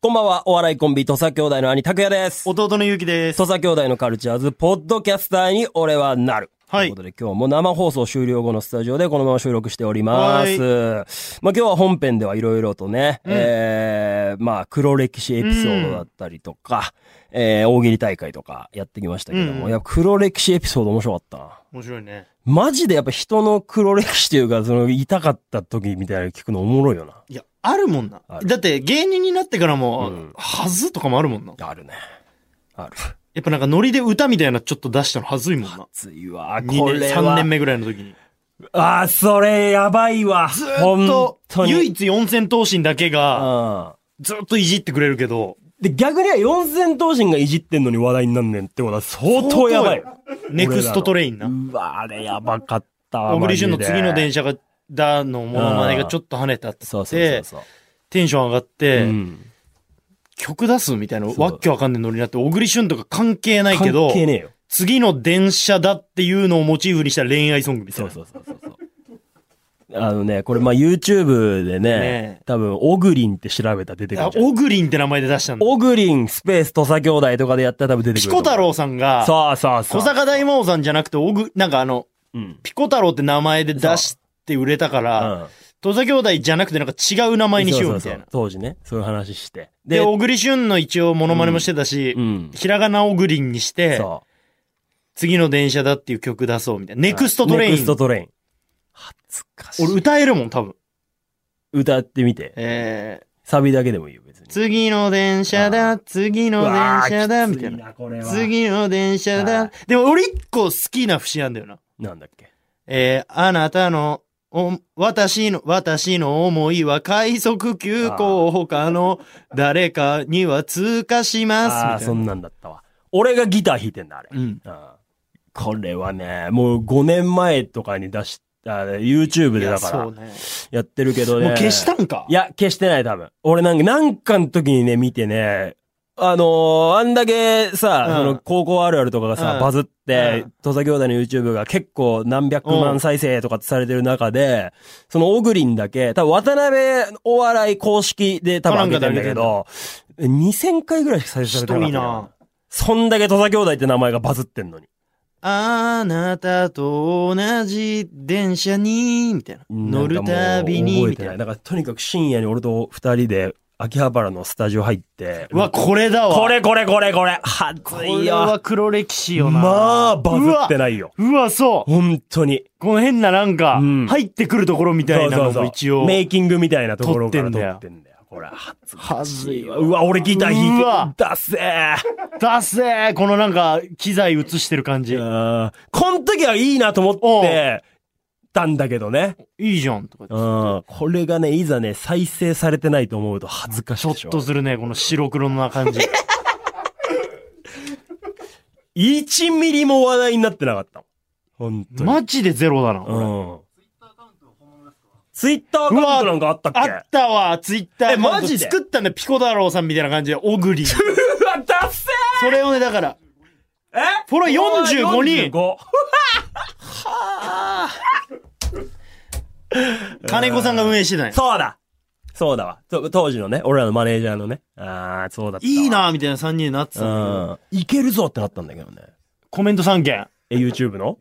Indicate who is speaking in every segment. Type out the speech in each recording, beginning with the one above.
Speaker 1: こんばんは、お笑いコンビ、土佐兄弟の兄、拓也です。
Speaker 2: 弟のゆうきです。
Speaker 1: 土佐兄弟のカルチャーズ、ポッドキャスターに俺はなる。
Speaker 2: は
Speaker 1: とい
Speaker 2: い
Speaker 1: うことで今日も生放送終了後のスタジオでこのまま収録しております。まあ今日は本編ではいろいろとね、えー、まあ黒歴史エピソードだったりとか、えー、大喜利大会とかやってきましたけども、
Speaker 2: うん
Speaker 1: いや、黒歴史エピソード面白かったな。
Speaker 2: 面白いね。
Speaker 1: マジでやっぱ人の黒歴史というか、その痛かった時みたいなの聞くのおもろいよな。
Speaker 2: いや、あるもんな
Speaker 1: あ。る
Speaker 2: だって芸人になってからも、
Speaker 1: うん
Speaker 2: はずとかもあるもんな。
Speaker 1: あるね。ある。
Speaker 2: やっぱなんかノリで歌みたいなちょっと出したのはずいもんな。
Speaker 1: ついわ、
Speaker 2: 2
Speaker 1: これ
Speaker 2: 年、
Speaker 1: は。
Speaker 2: 3年目ぐらいの時に。
Speaker 1: ああ、それやばいわ。
Speaker 2: ず
Speaker 1: 本
Speaker 2: ーっと
Speaker 1: 当、に。
Speaker 2: 唯一四千頭身だけが、
Speaker 1: うん
Speaker 2: ずーっといじってくれるけど、
Speaker 1: で、逆には四千頭身がいじってんのに話題になんねんってことは相当やばい。
Speaker 2: ネクストトレインな。
Speaker 1: うわ、あれやばかったわ。
Speaker 2: 小栗旬の
Speaker 1: マジで
Speaker 2: 次の電車が、だのモノマネがちょっと跳ねたって
Speaker 1: そう
Speaker 2: 言っ
Speaker 1: そうそう
Speaker 2: て、
Speaker 1: そう。
Speaker 2: テンション上がっ
Speaker 1: う
Speaker 2: て、
Speaker 1: ん
Speaker 2: 曲出すみたいな、
Speaker 1: そう
Speaker 2: わっきわかんないノリになって、小栗旬とか関係ないけど、
Speaker 1: 関係ねえよ。
Speaker 2: 次の電車だっていうのをモチーフにした恋愛ソングみ
Speaker 1: そ
Speaker 2: たい
Speaker 1: う
Speaker 2: な。
Speaker 1: そうそうそうそう。あのね、これまあ YouTube でね、
Speaker 2: ねえ
Speaker 1: 多分、オグリンって調べたら出てくる
Speaker 2: あ
Speaker 1: んじゃん。
Speaker 2: オグリンって名前で出したんだ。
Speaker 1: オグリン、スペース、土佐兄弟とかでやったら多分出てく
Speaker 2: ピ
Speaker 1: る。
Speaker 2: コ太。郎さんが、
Speaker 1: そうそうそう。
Speaker 2: 小坂大魔王さんじゃなくて、オグ、なんかあの、
Speaker 1: うん。
Speaker 2: ピコ太郎って名前で出して売れたから、
Speaker 1: うん
Speaker 2: 土佐兄弟じゃなくてなんか違う名前にしようみた
Speaker 1: そ
Speaker 2: いな。
Speaker 1: そそ当時ね、そういう話して。
Speaker 2: で、小栗旬の一応モノマネもしてたし、
Speaker 1: うん。
Speaker 2: ひらがなオグリンにして、
Speaker 1: そ
Speaker 2: 次の電車だっていう曲出そうみたいな。
Speaker 1: う。
Speaker 2: ネクストトレ
Speaker 1: ネク
Speaker 2: イ
Speaker 1: ス
Speaker 2: ン
Speaker 1: ト。トレイン。恥ずかしい。
Speaker 2: 俺歌えるもん、多分。
Speaker 1: 歌ってみて。
Speaker 2: え
Speaker 1: サビだけでもいいよ、別に
Speaker 2: ー、。次の電車
Speaker 1: あ
Speaker 2: だ、次の電車だ、みたいな。
Speaker 1: な。これは。
Speaker 2: 次の電車だ。
Speaker 1: はい
Speaker 2: でも俺一個好きな節なんだよな。
Speaker 1: なんだっけ。
Speaker 2: えー、あなたの、お、私の、私の思いは快速急行他の誰かには通過します。み
Speaker 1: ああー、
Speaker 2: たい
Speaker 1: そ
Speaker 2: な。
Speaker 1: んなんだったわ。俺がギター弾いてんだ、あれ。
Speaker 2: うん。
Speaker 1: うんこれはね、もう5年前とかに出した、YouTube
Speaker 2: い
Speaker 1: でだ
Speaker 2: や、
Speaker 1: か
Speaker 2: そう
Speaker 1: ら、
Speaker 2: ね。
Speaker 1: やってるけどね。
Speaker 2: もう消したんか
Speaker 1: いや、消してない、多分。俺なんか、なんかの時にね、見てね、あのーあんだけさ、
Speaker 2: うん
Speaker 1: その、高校あるあるとかがさ、
Speaker 2: うん
Speaker 1: バズって
Speaker 2: うん、
Speaker 1: 土佐兄弟の YouTube が結構何百
Speaker 2: う
Speaker 1: 万
Speaker 2: ん
Speaker 1: 再生とかってされてる中で、その、オグリンだけ、多分、渡辺お笑い公式で多分上げてんだけど、2000回ぐらいしか再生されてなかった
Speaker 2: ひどいな
Speaker 1: そんだけ土佐兄弟って名前がバズってんのに。
Speaker 2: あなたと同じ電車に、みたいな。乗るたびに、
Speaker 1: 覚えて
Speaker 2: みた
Speaker 1: ないい。
Speaker 2: な。
Speaker 1: だから、とにかく深夜に俺と二人で、秋葉原のスタジオ入って、
Speaker 2: うわ、これだわ。
Speaker 1: これこれこれこれ。は
Speaker 2: こ
Speaker 1: ずい
Speaker 2: れは
Speaker 1: よ。
Speaker 2: 黒歴史よな。
Speaker 1: まあ、バズって
Speaker 2: な
Speaker 1: ないよ。
Speaker 2: うわうわ、そう。
Speaker 1: 本当に。
Speaker 2: この変ななんか、
Speaker 1: うん
Speaker 2: 入ってくるところみたい
Speaker 1: そ
Speaker 2: なの
Speaker 1: うそうそ
Speaker 2: も
Speaker 1: う
Speaker 2: 一応。
Speaker 1: メイキングみたいなところから撮
Speaker 2: 撮ってんだよ
Speaker 1: ってんだよ。これ、はず
Speaker 2: はずいわ
Speaker 1: うわ、俺ギター
Speaker 2: う
Speaker 1: 弾い
Speaker 2: わ
Speaker 1: て、だせー。
Speaker 2: だせーこのなんか、機材映してる感じ。い
Speaker 1: うんこん時はいいなと思ってたんだけどね。
Speaker 2: いじゃん、とか
Speaker 1: う
Speaker 2: 言って。
Speaker 1: ん。これがね、いざね、再生されてないと思うと恥ずかし
Speaker 2: ちょ
Speaker 1: い
Speaker 2: っ
Speaker 1: でしょ。
Speaker 2: とするね、この白黒な感 じ。
Speaker 1: 1ミリも話題になってなかったもん。本当に。
Speaker 2: マジでゼロだな。これ
Speaker 1: うん。ツイッターアカウントなんかあったっけ
Speaker 2: あったわ、ツイッター。
Speaker 1: えマジで
Speaker 2: 作ったんだよ、ピコ太郎さんみたいな感じで、オグリ。そう
Speaker 1: わ、ダッセ
Speaker 2: れをね、だから、
Speaker 1: ーえ
Speaker 2: フォロー45人
Speaker 1: 45
Speaker 2: 金子さんが運営してたんや。
Speaker 1: そうだそうだわ。と当時のね、俺らのマネージャーのね。あー、そうだったわ
Speaker 2: いいなーみたいな3人になってた
Speaker 1: うん
Speaker 2: だけど
Speaker 1: ん。いけるぞってなったんだけどね。
Speaker 2: コメント3件。
Speaker 1: え、YouTube の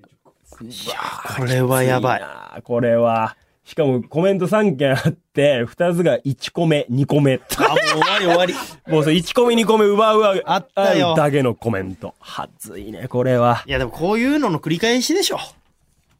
Speaker 2: これはやばい。
Speaker 1: なあこれは。しかもコメント3件あって、2つが1個目、2個目。
Speaker 2: あ、もう終わり終わり。
Speaker 1: もうそれ1個目、2個目奪うわ。
Speaker 2: あったよ
Speaker 1: だけのコメント。はずいね、これは。
Speaker 2: いや、でもこういうのの繰り返しでしょ。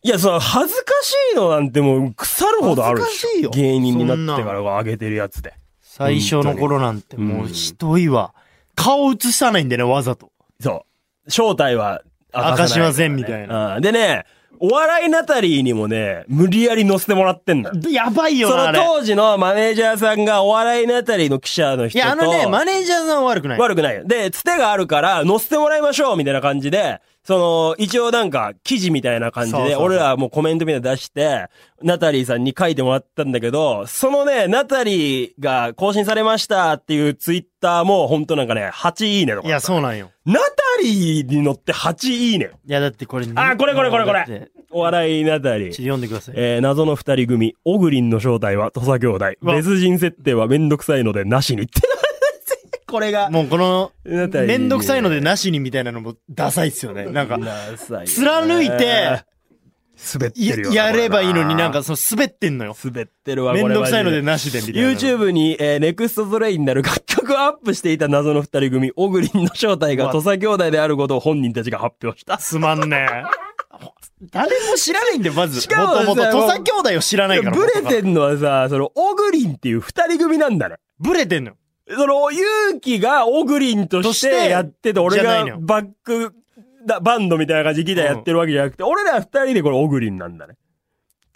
Speaker 1: いや、その恥ずかしいのなんてもう腐るほどあるでしょ
Speaker 2: 恥ずかしいよ
Speaker 1: 芸人になってから上げてるやつで。
Speaker 2: 最初の頃なんてもうひどいわ。顔映さないんでね、わざと。
Speaker 1: そう。正体は
Speaker 2: 明かしませんみたいな。
Speaker 1: なうんでね、お笑いナタリーにもね、無理やり載せてもらってんだよ。
Speaker 2: やばいよ
Speaker 1: そ
Speaker 2: な、あ
Speaker 1: の
Speaker 2: れ。
Speaker 1: 当時のマネージャーさんがお笑いナタリーの記者の人
Speaker 2: い
Speaker 1: と。
Speaker 2: や、あのね、マネージャーさんは悪くない。
Speaker 1: 悪くないよ。で、つてがあるから、載せてもらいましょうみたいな感じで、その、一応なんか、記事みたいな感じ
Speaker 2: そうそう
Speaker 1: で、
Speaker 2: そう
Speaker 1: 俺らもうコメントみたいなの出して、ナタリーさんに書いてもらったんだけど、そのね、ナタリーが更新されましたっていうツイッターも、ほんとなんかね、8いいねと
Speaker 2: い
Speaker 1: か。
Speaker 2: や、そうなんよ。
Speaker 1: ナタリーに乗って8いいね。
Speaker 2: いや、だってこれ。
Speaker 1: あー、これこれこれこ
Speaker 2: だって
Speaker 1: れ。お笑いナタリ
Speaker 2: ち
Speaker 1: ー。
Speaker 2: ょっと読んでください。
Speaker 1: えー、謎の二人組、オグリンの正体は土佐兄弟。
Speaker 2: わ
Speaker 1: 別人設定はめんどくさいのでなしにって。これが。
Speaker 2: もうこの、
Speaker 1: だったら
Speaker 2: めんどくさいので
Speaker 1: ね。
Speaker 2: なしにみたいなのもダサいっすよね。なんか、
Speaker 1: なさいよね
Speaker 2: 貫いて、
Speaker 1: 滑って
Speaker 2: や
Speaker 1: るよな
Speaker 2: やればいいのになん、
Speaker 1: こ
Speaker 2: かその滑ってんのよ。
Speaker 1: れ滑ってるわ、
Speaker 2: め
Speaker 1: こ
Speaker 2: ん
Speaker 1: れ
Speaker 2: どくさいので
Speaker 1: マジ
Speaker 2: なしでみたいな。。
Speaker 1: YouTube に、えーネクストゾレイになる楽曲をアップしていた謎の二人組、オグリンの正体が土佐兄弟であることを本人たちが発表した。
Speaker 2: すまんね。誰も知らないんだよ、まず。
Speaker 1: しかもさ
Speaker 2: もともと、土佐兄弟を知らないから。
Speaker 1: ブレて
Speaker 2: ん
Speaker 1: んのはさ、その、オグリンっていう二人組なんだね。
Speaker 2: ブレてんのよ。
Speaker 1: その、勇気がオグリンと
Speaker 2: と
Speaker 1: し
Speaker 2: してて
Speaker 1: やってて、俺
Speaker 2: じゃない
Speaker 1: が
Speaker 2: のよ
Speaker 1: バックだ、バンドみたいな感じでギターやってるわけじゃなくて、俺ら二人でこれオグリンなんだね。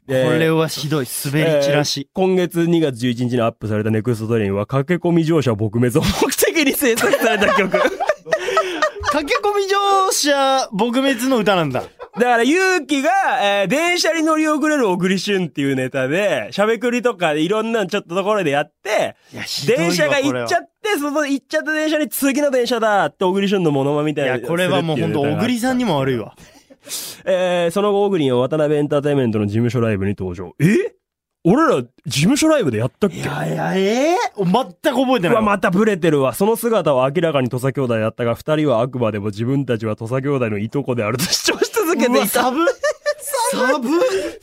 Speaker 2: これはひどい。滑り散らし。
Speaker 1: えー今月2月11日にアップされたネクストトレインは駆け込み乗車撲滅を目的に制作された 曲。だか
Speaker 2: 駆け込み乗車撲滅の歌なんだ。
Speaker 1: ら、勇気が、えー電車に乗り遅れる小栗旬っていうネタで、しゃべくりとかでいろんなちょっとところでやって、
Speaker 2: いや、ひどいわ
Speaker 1: 電車が行っちゃ
Speaker 2: こ
Speaker 1: って、その行っちゃった電車に次の電車だって、小栗旬のモノマみたい
Speaker 2: れ
Speaker 1: な
Speaker 2: は。いや、これはもうほんと、小栗さんに
Speaker 1: も。
Speaker 2: も悪いわ。
Speaker 1: えー、その後、小栗は渡辺エンターテインメントの事務所ライブに登場。え俺ら、事務所ライブでやったっけ
Speaker 2: いやいや、ええ全く覚えて
Speaker 1: う
Speaker 2: な
Speaker 1: わ、
Speaker 2: いわ。
Speaker 1: またブレてるわ。その姿は明らかに土佐兄弟だったが、二人はあくまでも自分たちは土佐兄弟のいとこであると主張し続け
Speaker 2: う
Speaker 1: て
Speaker 2: わ
Speaker 1: いた。
Speaker 2: サ ブサブ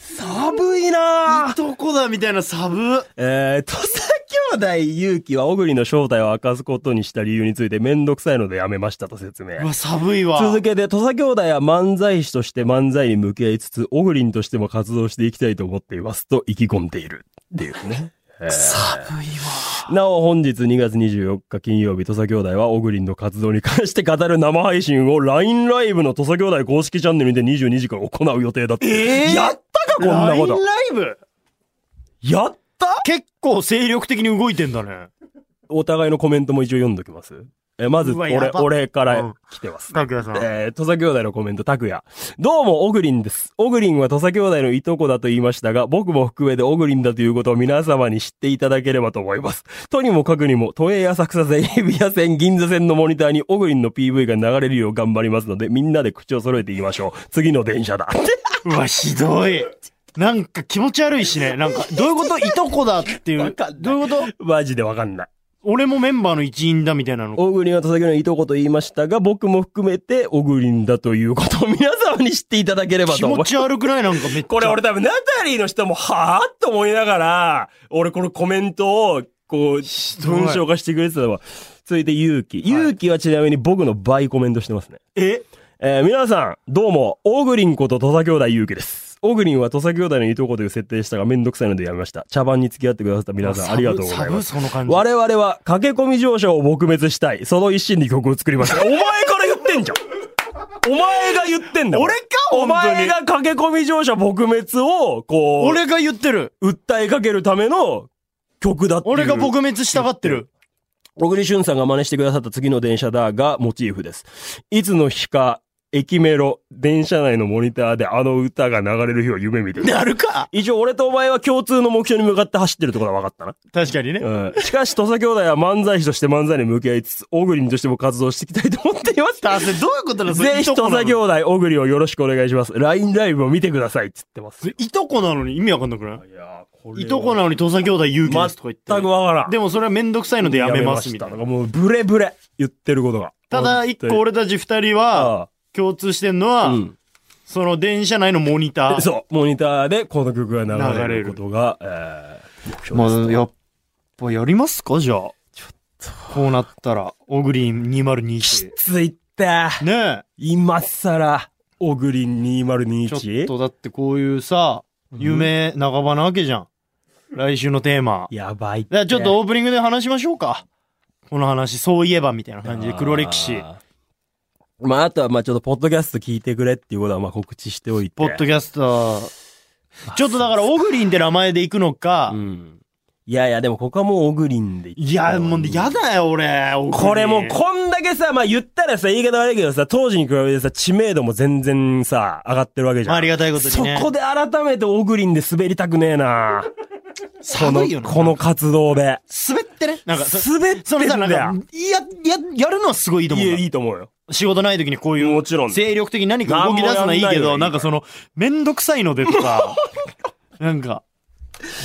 Speaker 1: 寒いなぁ
Speaker 2: いとこだみたいなサブ。
Speaker 1: えー、土佐兄弟勇気は小栗の正体を明かすことにした理由についてめんどくさいのでやめましたと説明
Speaker 2: う。わ、寒いわ。
Speaker 1: 続けて、土佐兄弟は漫才師として漫才に向き合いつつ、オグリンとしても活動していきたいと思っていますと意気込んでいる。っていう ね。えー
Speaker 2: 寒い
Speaker 1: なお本日2月24日金曜日、土佐兄弟はオグリンの活動に関して語る生配信を LINE ライブの土佐兄弟公式チャンネルで22時から行う予定だって。
Speaker 2: えー
Speaker 1: やったかこんなこ
Speaker 2: LINE
Speaker 1: と
Speaker 2: ライブ
Speaker 1: やった
Speaker 2: 結構精力的に動いてんだね。
Speaker 1: お互いのコメントも一応読んどきます。え、まず、
Speaker 2: うわ
Speaker 1: 俺
Speaker 2: や、ば
Speaker 1: 俺か
Speaker 2: う
Speaker 1: ら
Speaker 2: ん
Speaker 1: 来てます。
Speaker 2: 拓也さん。
Speaker 1: えー、土佐兄弟のコメント、拓也。どうも、オグリンです。オグリンは土佐兄弟のいとこだと言いましたが、僕も含めてオグリンだということを皆様に知っていただければと思います。とにもかくにも、都営浅草線、日比谷線、銀座線のモニターにオグリンの PV が流れるよう頑張りますので、みんなで口を揃えていきましょう。次の電車だ。
Speaker 2: うわ、ひどい。なんか気持ち悪いしね。なんか、どういうこといとこだっていう。どういうこと
Speaker 1: マジでわかんない。
Speaker 2: 俺もメンバーの一員だみたいなの。
Speaker 1: オグリンは土佐兄弟のいとこと言いましたが、僕も含めてオグリンだということを皆様に知っていただければ
Speaker 2: 気
Speaker 1: と思い
Speaker 2: 持
Speaker 1: ます。
Speaker 2: ち悪くないなんかめっちゃ。
Speaker 1: これ俺多分ナタリーの人もはぁと思いながら、俺このコメントを、こう、
Speaker 2: どい
Speaker 1: 文章化してくれてたわ。続いて勇気。勇気はちなみに僕の倍コメントしてますね。
Speaker 2: え
Speaker 1: えー皆さん、どうも、オグリンこと土佐兄弟勇気です。オグリンは土佐兄弟のいとこという設定でしたがめんどくさいのでやめました。茶番に付き合ってくださった皆さんありがとうございます。
Speaker 2: サブ、サブその感じ。
Speaker 1: 我々は駆け込み乗車を撲滅したい。その一心に曲を作りま した。お前から言ってんじゃんお前が言ってんだもん
Speaker 2: 俺か
Speaker 1: お前
Speaker 2: 本
Speaker 1: が駆け込み乗車撲滅を、こう、
Speaker 2: 俺が言ってる。
Speaker 1: 訴えかけるための曲だっていう。
Speaker 2: 俺が撲滅したがってる。
Speaker 1: 小栗旬さんが真似してくださった次の電車だがモチーフです。いつの日か、駅メロ、電車内のモニターであの歌が流れる日を夢見ている。
Speaker 2: なるか
Speaker 1: 一応俺とお前は共通の目標に向かって走ってるところは分かったな。
Speaker 2: 確かにね。
Speaker 1: うん。しかし、土佐兄弟は漫才師として漫才に向き合いつつ、小栗としても活動していきたいと思っています。
Speaker 2: 達成どういうことなの
Speaker 1: ぜひ、土佐兄
Speaker 2: 業。
Speaker 1: 弟、小栗をよろしくお願いします。LINE ライブを見てください。つってます。
Speaker 2: いとこなのに意味わかんなくない
Speaker 1: いやこ
Speaker 2: いとこなのに土佐兄弟勇気ですとか言って。
Speaker 1: 全くわからん。
Speaker 2: でもそれはめんどくさいのでやめますみたい
Speaker 1: や
Speaker 2: な
Speaker 1: め。ましたもうブレブレ言ってることが。
Speaker 2: ただ、一個俺たち二人は、
Speaker 1: は、
Speaker 2: 共通してんのは、
Speaker 1: うん
Speaker 2: その電車内のモニター。
Speaker 1: そう、モニターでこの曲が流
Speaker 2: 流
Speaker 1: れ
Speaker 2: れ
Speaker 1: る
Speaker 2: る
Speaker 1: ことが、えー、目標です
Speaker 2: まあ、やっぱやりますかじゃあ。ちょっと。こうなったら、オグリン2021
Speaker 1: き。ついって、
Speaker 2: ね
Speaker 1: 今さら、オグリン
Speaker 2: え。ちょっ
Speaker 1: 2021。
Speaker 2: とだってこういうさ、夢半ばなわけじゃん。来週のテーマ。
Speaker 1: やばいって。
Speaker 2: だからちょっとオープニングで話しましょうか。この話、そういえばみたいな感じで、黒歴史。
Speaker 1: あー。まあ、あとは、まあちょっと、ポッドキャスト聞いてくれっていうことは、まあ告知しておいて。
Speaker 2: ポッドキャスト。ちょっとだから、オグリンって名前で行くのか
Speaker 1: う。ん。いやいや、でもここはもうオグリンで
Speaker 2: いや、もうやだよ、俺。オグリン
Speaker 1: これもうこんだけさ、まあ言ったらさ、言い方悪いけどさ、当時に比べてさ、知名度も全然さ、上がってるわけじゃん。
Speaker 2: ありがたいことにね
Speaker 1: そこで改めてオグリンで滑りたくねえな。こ
Speaker 2: 寒
Speaker 1: の、
Speaker 2: いよね
Speaker 1: この活動で。
Speaker 2: 滑ってね。なんか、そ
Speaker 1: 滑って
Speaker 2: それさ、
Speaker 1: ん
Speaker 2: なん
Speaker 1: だよ
Speaker 2: か。、いや、や、やるのはすごいいいと
Speaker 1: い
Speaker 2: 思う
Speaker 1: や
Speaker 2: んだ
Speaker 1: いいと思うよ。
Speaker 2: 仕事ない時にこういう、
Speaker 1: もちろん。
Speaker 2: 精力的に何か動き出すのはいいけ
Speaker 1: なんもやんないのがいいから
Speaker 2: ど、なんかその、めんどくさいのでとか、なんか、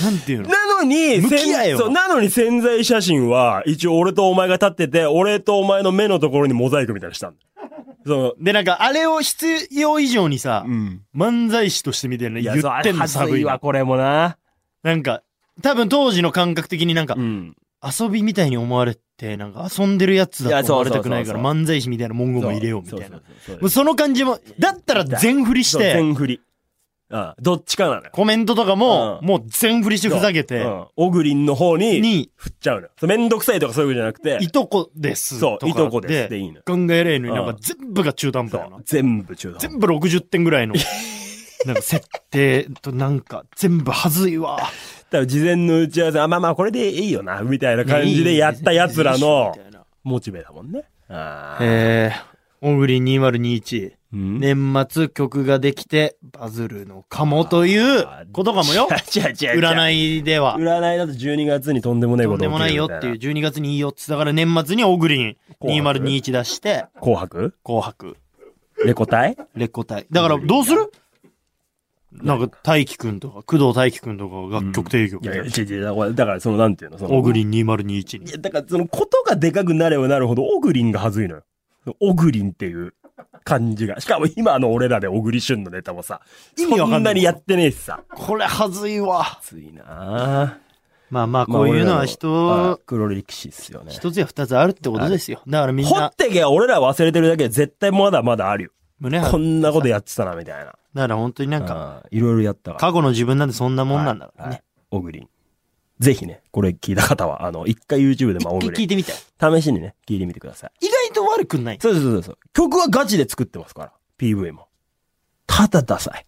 Speaker 2: なんていうの
Speaker 1: なのに、
Speaker 2: 向き合えよ
Speaker 1: そう、なのに潜在写真は、一応俺とお前が立ってて、俺とお前の目のところにモザイクみたいにしたんだ。そ
Speaker 2: で、なんか、あれを必要以上にさ
Speaker 1: の、、ん。
Speaker 2: 漫才師としてみたいない
Speaker 1: や、
Speaker 2: 言ってんの、
Speaker 1: そうあれはず
Speaker 2: 寒
Speaker 1: い
Speaker 2: い
Speaker 1: わ、
Speaker 2: わ。
Speaker 1: これもな。
Speaker 2: なんか、多分当時の感覚的になんか、
Speaker 1: ん。
Speaker 2: 遊びみたいに思われて、なんか遊んでるやつだと思われたくないから、
Speaker 1: いやそうそうそう
Speaker 2: 漫才師みたいな文言も入れようみたいな。
Speaker 1: そ
Speaker 2: も
Speaker 1: うそうそう
Speaker 2: うその感じも、だったら全振りし
Speaker 1: そう
Speaker 2: て、
Speaker 1: 全振り。うん。どっちかなのよ。
Speaker 2: コメントとかも、
Speaker 1: うん
Speaker 2: もう全振りしてふざけ
Speaker 1: う
Speaker 2: て、
Speaker 1: ん。オグリンの方に、
Speaker 2: に、
Speaker 1: 振っちゃうのよ。そうめんどくさいとかそういうことじゃなくて、
Speaker 2: いとこですと
Speaker 1: そ
Speaker 2: か
Speaker 1: う、いとこですでいいのよ。
Speaker 2: 考えれんのに
Speaker 1: う
Speaker 2: なんんか全部が中途半
Speaker 1: そ
Speaker 2: 端やな
Speaker 1: う。。全部中途半端
Speaker 2: 全部60点ぐらいの、 なんか設定となんか全部はずいわ。
Speaker 1: 多分事前の打ち合わせ、あ、まあまあこれでいいよな、みたいな 感じでやった奴らの
Speaker 2: いいねみたいな
Speaker 1: モチベだもんね。あー
Speaker 2: えー、オグリ2021。
Speaker 1: うん
Speaker 2: 年末曲ができてバズるのかもという ことかもよ。
Speaker 1: 違う違う違うい。
Speaker 2: 占いでは。
Speaker 1: 占いだと12月にとんでもねえ
Speaker 2: と
Speaker 1: こ
Speaker 2: ん
Speaker 1: と
Speaker 2: で
Speaker 1: 起きる
Speaker 2: も
Speaker 1: みた
Speaker 2: ないいよっていう、12月にいいよっつったから年末にオグリン
Speaker 1: 紅白
Speaker 2: 2021出して、
Speaker 1: 紅白
Speaker 2: 紅白、
Speaker 1: レコ大
Speaker 2: レコ大。だからどうするなんか、大輝くんとか、工藤大輝くんとかが楽曲提供
Speaker 1: いやいや、違う違うこれだからその、なんていうのその。
Speaker 2: オグリン2021
Speaker 1: い
Speaker 2: に。
Speaker 1: や、だからその、ことがでかくなればなるほど、オグリンがはずいのよ。オグリンっていう感じが。しかも今の俺らでオグリ旬のネタもさ、
Speaker 2: 意味わ
Speaker 1: そ
Speaker 2: か
Speaker 1: ん
Speaker 2: ん
Speaker 1: な
Speaker 2: ない
Speaker 1: にやってねえしさ。
Speaker 2: これはずいわ。
Speaker 1: ついな
Speaker 2: まあまあ、こういうのは人、
Speaker 1: 黒歴史っすよね。
Speaker 2: 一つや二つあるってことですよ。だからみん
Speaker 1: 掘
Speaker 2: な
Speaker 1: っ、てけば俺ら忘れてるだけで絶対まだまだあるよ。
Speaker 2: 胸張
Speaker 1: こ
Speaker 2: る。
Speaker 1: んなことやってたな、みたいな。
Speaker 2: だから本当になんか、
Speaker 1: か、いろいろやったから。
Speaker 2: 過去の自分なんてそんなもんなんだから
Speaker 1: は
Speaker 2: ね
Speaker 1: い。。オグリン。ぜひね、これ聞いた方は、あの、一回 YouTube でもオ
Speaker 2: 一
Speaker 1: グ
Speaker 2: 回聞
Speaker 1: リ
Speaker 2: いてみたい。
Speaker 1: ン。試しにね、聞いてみてください。
Speaker 2: 意外と悪くない。
Speaker 1: そうそうそうそう。曲はガチで作ってますから。PV も。ただダサい。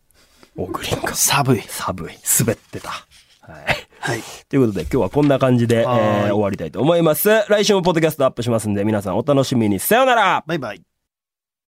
Speaker 1: オグリンが。
Speaker 2: 寒い。
Speaker 1: 寒い。滑ってた。はい。
Speaker 2: はい。
Speaker 1: ということで今日はこんな感じで、え
Speaker 2: はーい
Speaker 1: ー終わりたいと思います。来週もポッドキャストアップしますんで皆さんお楽しみに。さようなら
Speaker 2: バイバイ。